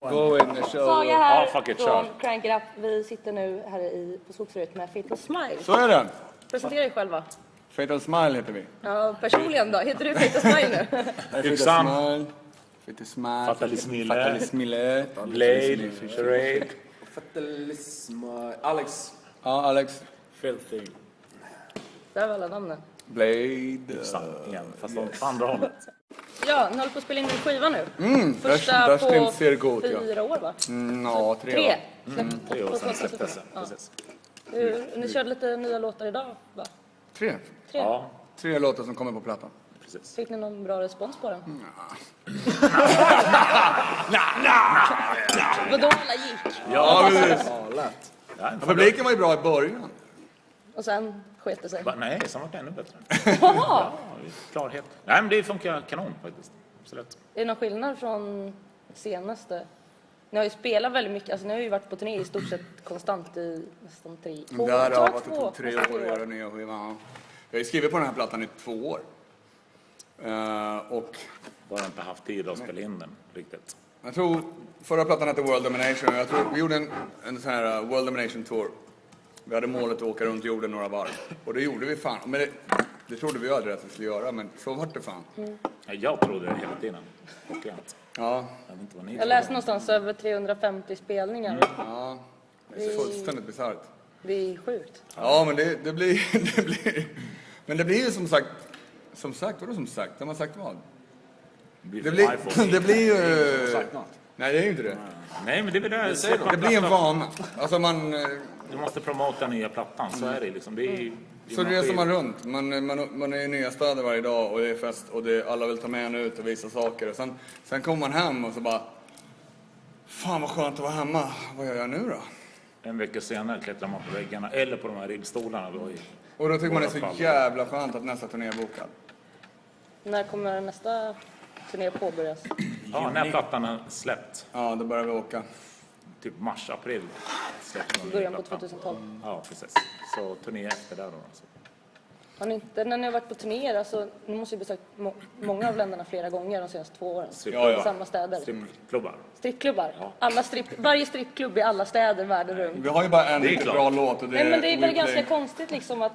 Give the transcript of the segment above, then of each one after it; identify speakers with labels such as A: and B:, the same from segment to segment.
A: Go in the show.
B: Saga här
C: Ja, fuck it,
B: från
C: kör.
B: Crank It Up. Vi sitter nu här i, på Skogsröret med Fit and Smile.
A: Så är det.
B: Presentera er själva.
A: Fatal Smile heter vi.
B: Ja, personligen då? Heter du Fit and Smile nu?
C: Yxan.
A: Smile. Fatal Smile.
C: Fatalismille.
A: Fatalismille.
C: Blade, Raid,
D: Fatalism, eh, Alex.
A: Ja, Alex.
C: Filthy.
B: Där var alla namnen.
A: Blade.
C: Sant igen, fast åt andra hållet.
B: Ja, ni håller på att spela in en skiva nu.
A: där-
B: Första
A: där
B: på
A: syns ser god, ja.
B: fyra år va?
A: Mm, ja, tre.
B: Tre.
A: va?
B: Släpp-
C: Tre år
B: på
C: sedan
B: 2017.
C: släpptes den.
B: Ja.
C: Precis.
B: Hur- Ni körde lite nya låtar idag va?
A: Tre.
B: Tre.
C: Ja,
A: Tre låtar som kommer på plattan.
C: precis.
B: Fick ni någon bra respons på den? Vadå alla gick?
A: Ja, precis.
D: Alat.
C: Ja, en
A: Ja, Publiken var ju bra i början.
B: Och sen sket det sig.
C: Va- Nej, sen vart det ännu bättre.
B: Jaha!
C: Ja, klarhet. Nej, men det funkar kanon faktiskt. Absolut.
B: Är det någon skillnad från senaste? Ni har ju spelat väldigt mycket, alltså ni har ju varit på turné i stort sett konstant i nästan tre, två år.
A: Därav att
B: Snart
A: det tog typ tre
B: nästan
A: år att göra nya skivan. ja. Jag har ju skrivit på den här plattan i två år. Eh, och
C: Bara inte haft tid att spela in den riktigt.
A: Jag tror förra plattan hette World Domination. Jag tror, vi gjorde en, en sån här uh, World Domination Tour. Vi hade målet att åka runt jorden några varv. Och det gjorde vi fan. Men det, det trodde vi aldrig att vi skulle göra, men så vart det fan.
C: Ja, Jag trodde det hela tiden. Och jag
A: Ja,
C: jag vet inte vad ni
B: Jag läste någonstans över 350 spelningar.
A: ja. Det är fullständigt bisarrt.
B: Det är sjukt.
A: Ja, men det, det, blir, det blir... Men det blir ju som sagt... Som sagt? Vadå som sagt? De har sagt vad? Det blir, det blir ju... Nej, det är ju inte det.
C: Nej, men det blir det.
A: Det blir en vana. Alltså man... eh,
C: Du måste promota den nya plattan, så är det liksom. Det är,
A: Mm. Så reser man runt, man, man, man är i nya städer varje dag och det är fest och det, alla vill ta med en ut och visa saker. Och sen, sen kommer man hem och så bara, fan vad skönt att vara hemma, vad gör jag nu då?
C: En vecka senare klättrar man på väggarna eller på de här ribbstolarna. Då i-
A: Och då tycker man det är
C: Våra fall.
A: så jävla skönt att nästa turné är bokad.
B: När kommer nästa turné påbörjas?
C: Ja, när plattan har släppt.
A: Ja, då börjar vi åka.
C: Typ mars, april. släpps den
B: Början
C: nya
B: på
C: plattan.
B: 2012.
C: Ja, precis. Så turné efter där då. Alltså.
B: Har ni inte, när ni har varit på turnéer, alltså, ni måste ju besökt må, många av länderna flera gånger de senaste två åren.
A: Ja, ja.
B: Samma städer.
C: Strippklubbar.
B: Strippklubbar. Alla stripp, varje strippklubb i alla städer världen runt.
A: Vi har ju bara en
C: Det är
A: riktigt
C: klart.
A: bra låt och det
B: Nej men det är
A: We
B: väl
A: Play.
B: ganska konstigt liksom att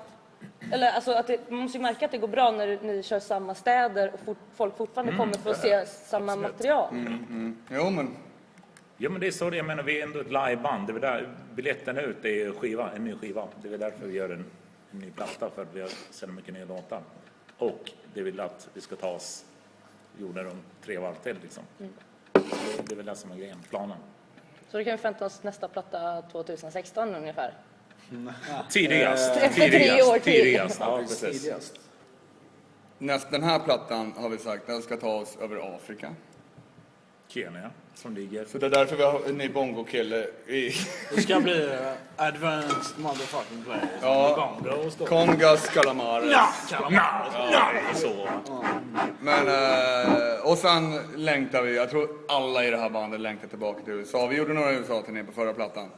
B: eller alltså att det, man måste ju märka att det går bra när ni kör samma städer och fort, folk fortfarande
A: Mm.
B: kommer för att se samma material.
A: Jo men,
C: Ja, men det är så det jag menar. Vi är ändå ett liveband. Det är väl där biljetten ut är skiva, en ny skiva. Det är väl därför vi gör en, en ny platta, för att vi har så mycket nya låtar. Och det är väl att vi ska ta oss jorden runt tre varv till liksom.
B: Mm.
C: Så Det är väl det som är grejen, planen.
B: Så då kan vi förvänta oss nästa platta 2016 ungefär.
C: Tidigast,
B: Efter tre år
C: tidigast,
B: till.
C: tidigast. Ja, precis.
D: Tidigast.
A: näst, den här plattan har vi sagt, den ska ta oss över Afrika.
C: Kenya, som ligger.
A: Så det är därför vi har en ny bongo-kille i
E: Det ska bli eh, advanced motherfucking play.
A: Ja.
E: Bongo och stå.
A: Kongas Calamares.
C: Nej, så.
A: Men, eh, och sen längtar vi, jag tror alla i det här bandet längtar tillbaka till USA. Vi gjorde några USA-turnéer på förra plattan.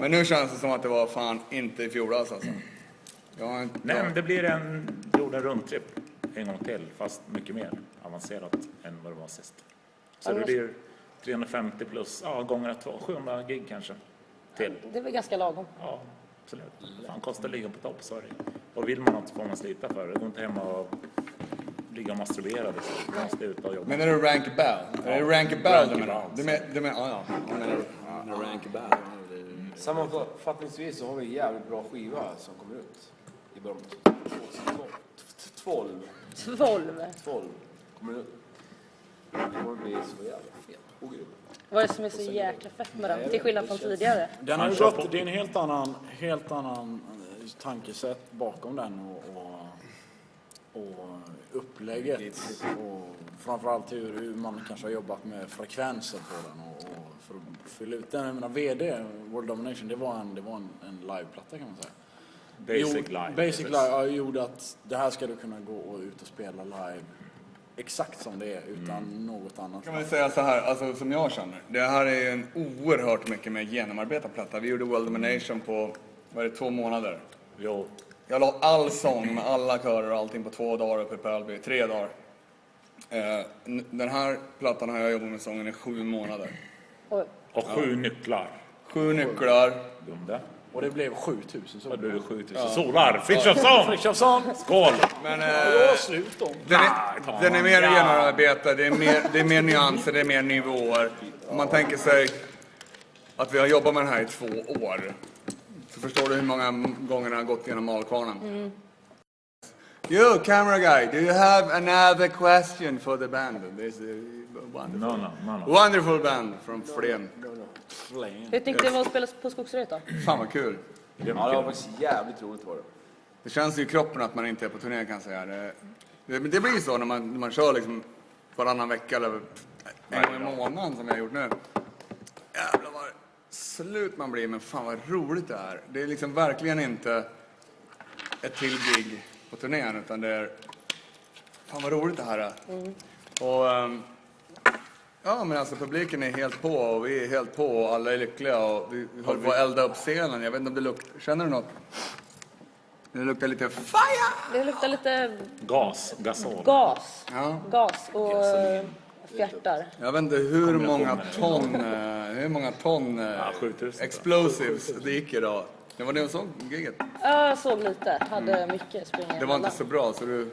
A: Men nu känns det som att det var fan inte i fjol alls alltså. Jag har inte...
C: Nej, men det blir en jorden runt-tripp en gång till, fast mycket mer avancerat än vad det var sist. Så det blir 350 plus, ja, gånger två, 700 gig kanske. Till.
B: Det är väl ganska lagom.
C: Ja, absolut. Fan, kostar ligga på topp, så är det. Och vill man något får man slita för det. Gå inte hem och ligga och masturbera liksom. Man måste ut och jobba.
A: Men är det Rank Bell? Är det Rank Bell du menar?
C: Bell,
A: Du menar, du menar, ja, ja. Jag menar- ja.
D: Sammanfattningsvis så har vi en jävligt bra skiva som kommer ut i början på 2012. 12.
B: 12.
D: 12 kommer ut. Det kommer bli så jävla fet och grym.
B: Vad är det som är så jäkla fett med den? Till skillnad från tidigare.
E: Den har ju
C: kör
E: gått, det är en helt annan, helt annan eh, tankesätt bakom den och, och, och upplägget. Och framförallt hur, hur man kanske har jobbat med frekvenser på den och, och för att fylla ut den. Jag menar VD, World Domination, det var en, det var en, en liveplatta kan man säga.
C: Basic
E: Jo,
C: live.
E: Basic
C: precis.
E: Live ja, gjorde att det här ska du kunna gå och ut och spela live exakt som det är utan
C: Mm.
E: något annat.
A: Kan man säga så här, alltså som jag känner. Det här är ju en oerhört mycket mer genomarbetad platta. Vi gjorde World Domination på, vad är det, två månader?
C: Jo,
A: Jag la all sång med alla körer och allting på två dagar uppe i Pölby, tre dagar. Eh, n- den här plattan har jag jobbat med sången i sju månader.
B: Oj.
C: Och sju nycklar.
A: Sju nycklar.
C: Gunde.
E: Och det blev 7000
C: Och
E: solar.
C: du är 7000 solar. Frithiofsson!
E: Frithiofsson!
C: Skål!
A: Men
E: Det var
A: eh,
E: slut då.
A: den, är, den är mer genomarbetad, det är mer, det är mer nyanser, det är mer nivåer. Om man tänker sig att vi har jobbat med den här i två år. Så förstår du hur många gånger den har gått genom malkvarnen. You, camera guy, do you have another question for the band? This is wonderful.
C: No, no, no, no.
A: Wonderful band from Flen.
E: Flame.
B: Hur tänkte det var att spela på Skogsröret då?
A: Fan vad kul.
D: Ja, det var faktiskt jävligt roligt var det.
A: Det känns ju i kroppen att man inte är på turné kan jag säga. Det, det, det blir så när man, när man kör liksom varannan vecka eller en gång i månaden som jag har gjort nu. Jävlar vad slut man blir, men fan vad roligt det är. Det är liksom verkligen inte ett till gig på turnén utan det är fan vad roligt det här är. Och ehm, ja, men alltså publiken är helt på och vi är helt på och alla är lyckliga och vi, vi håller på att elda upp scenen. Jag vet inte om det luktar, känner du något? Det luktar lite fire!
B: Det luktar lite
C: Gas, gasol.
B: gas.
A: Ja.
B: Gas och eh, fjärtar.
A: Jag vet inte hur många ton, eh, hur många ton eh,
C: Ja, 7000 då.
A: explosives det gick idag. Det var det jag såg giget.
B: Ja, jag såg lite. Hade mycket springa
A: Mm. Det var inte
B: emellan.
A: så bra så du
B: Nej,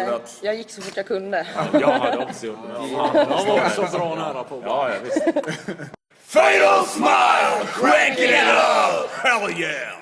A: valde att...
B: Jag gick så fort jag kunde.
C: Jag hade också gjort det.
E: Jag var också bra nära på.
C: Ja, ja, visst.
A: Fatal smile! Crank it up! Hell yeah!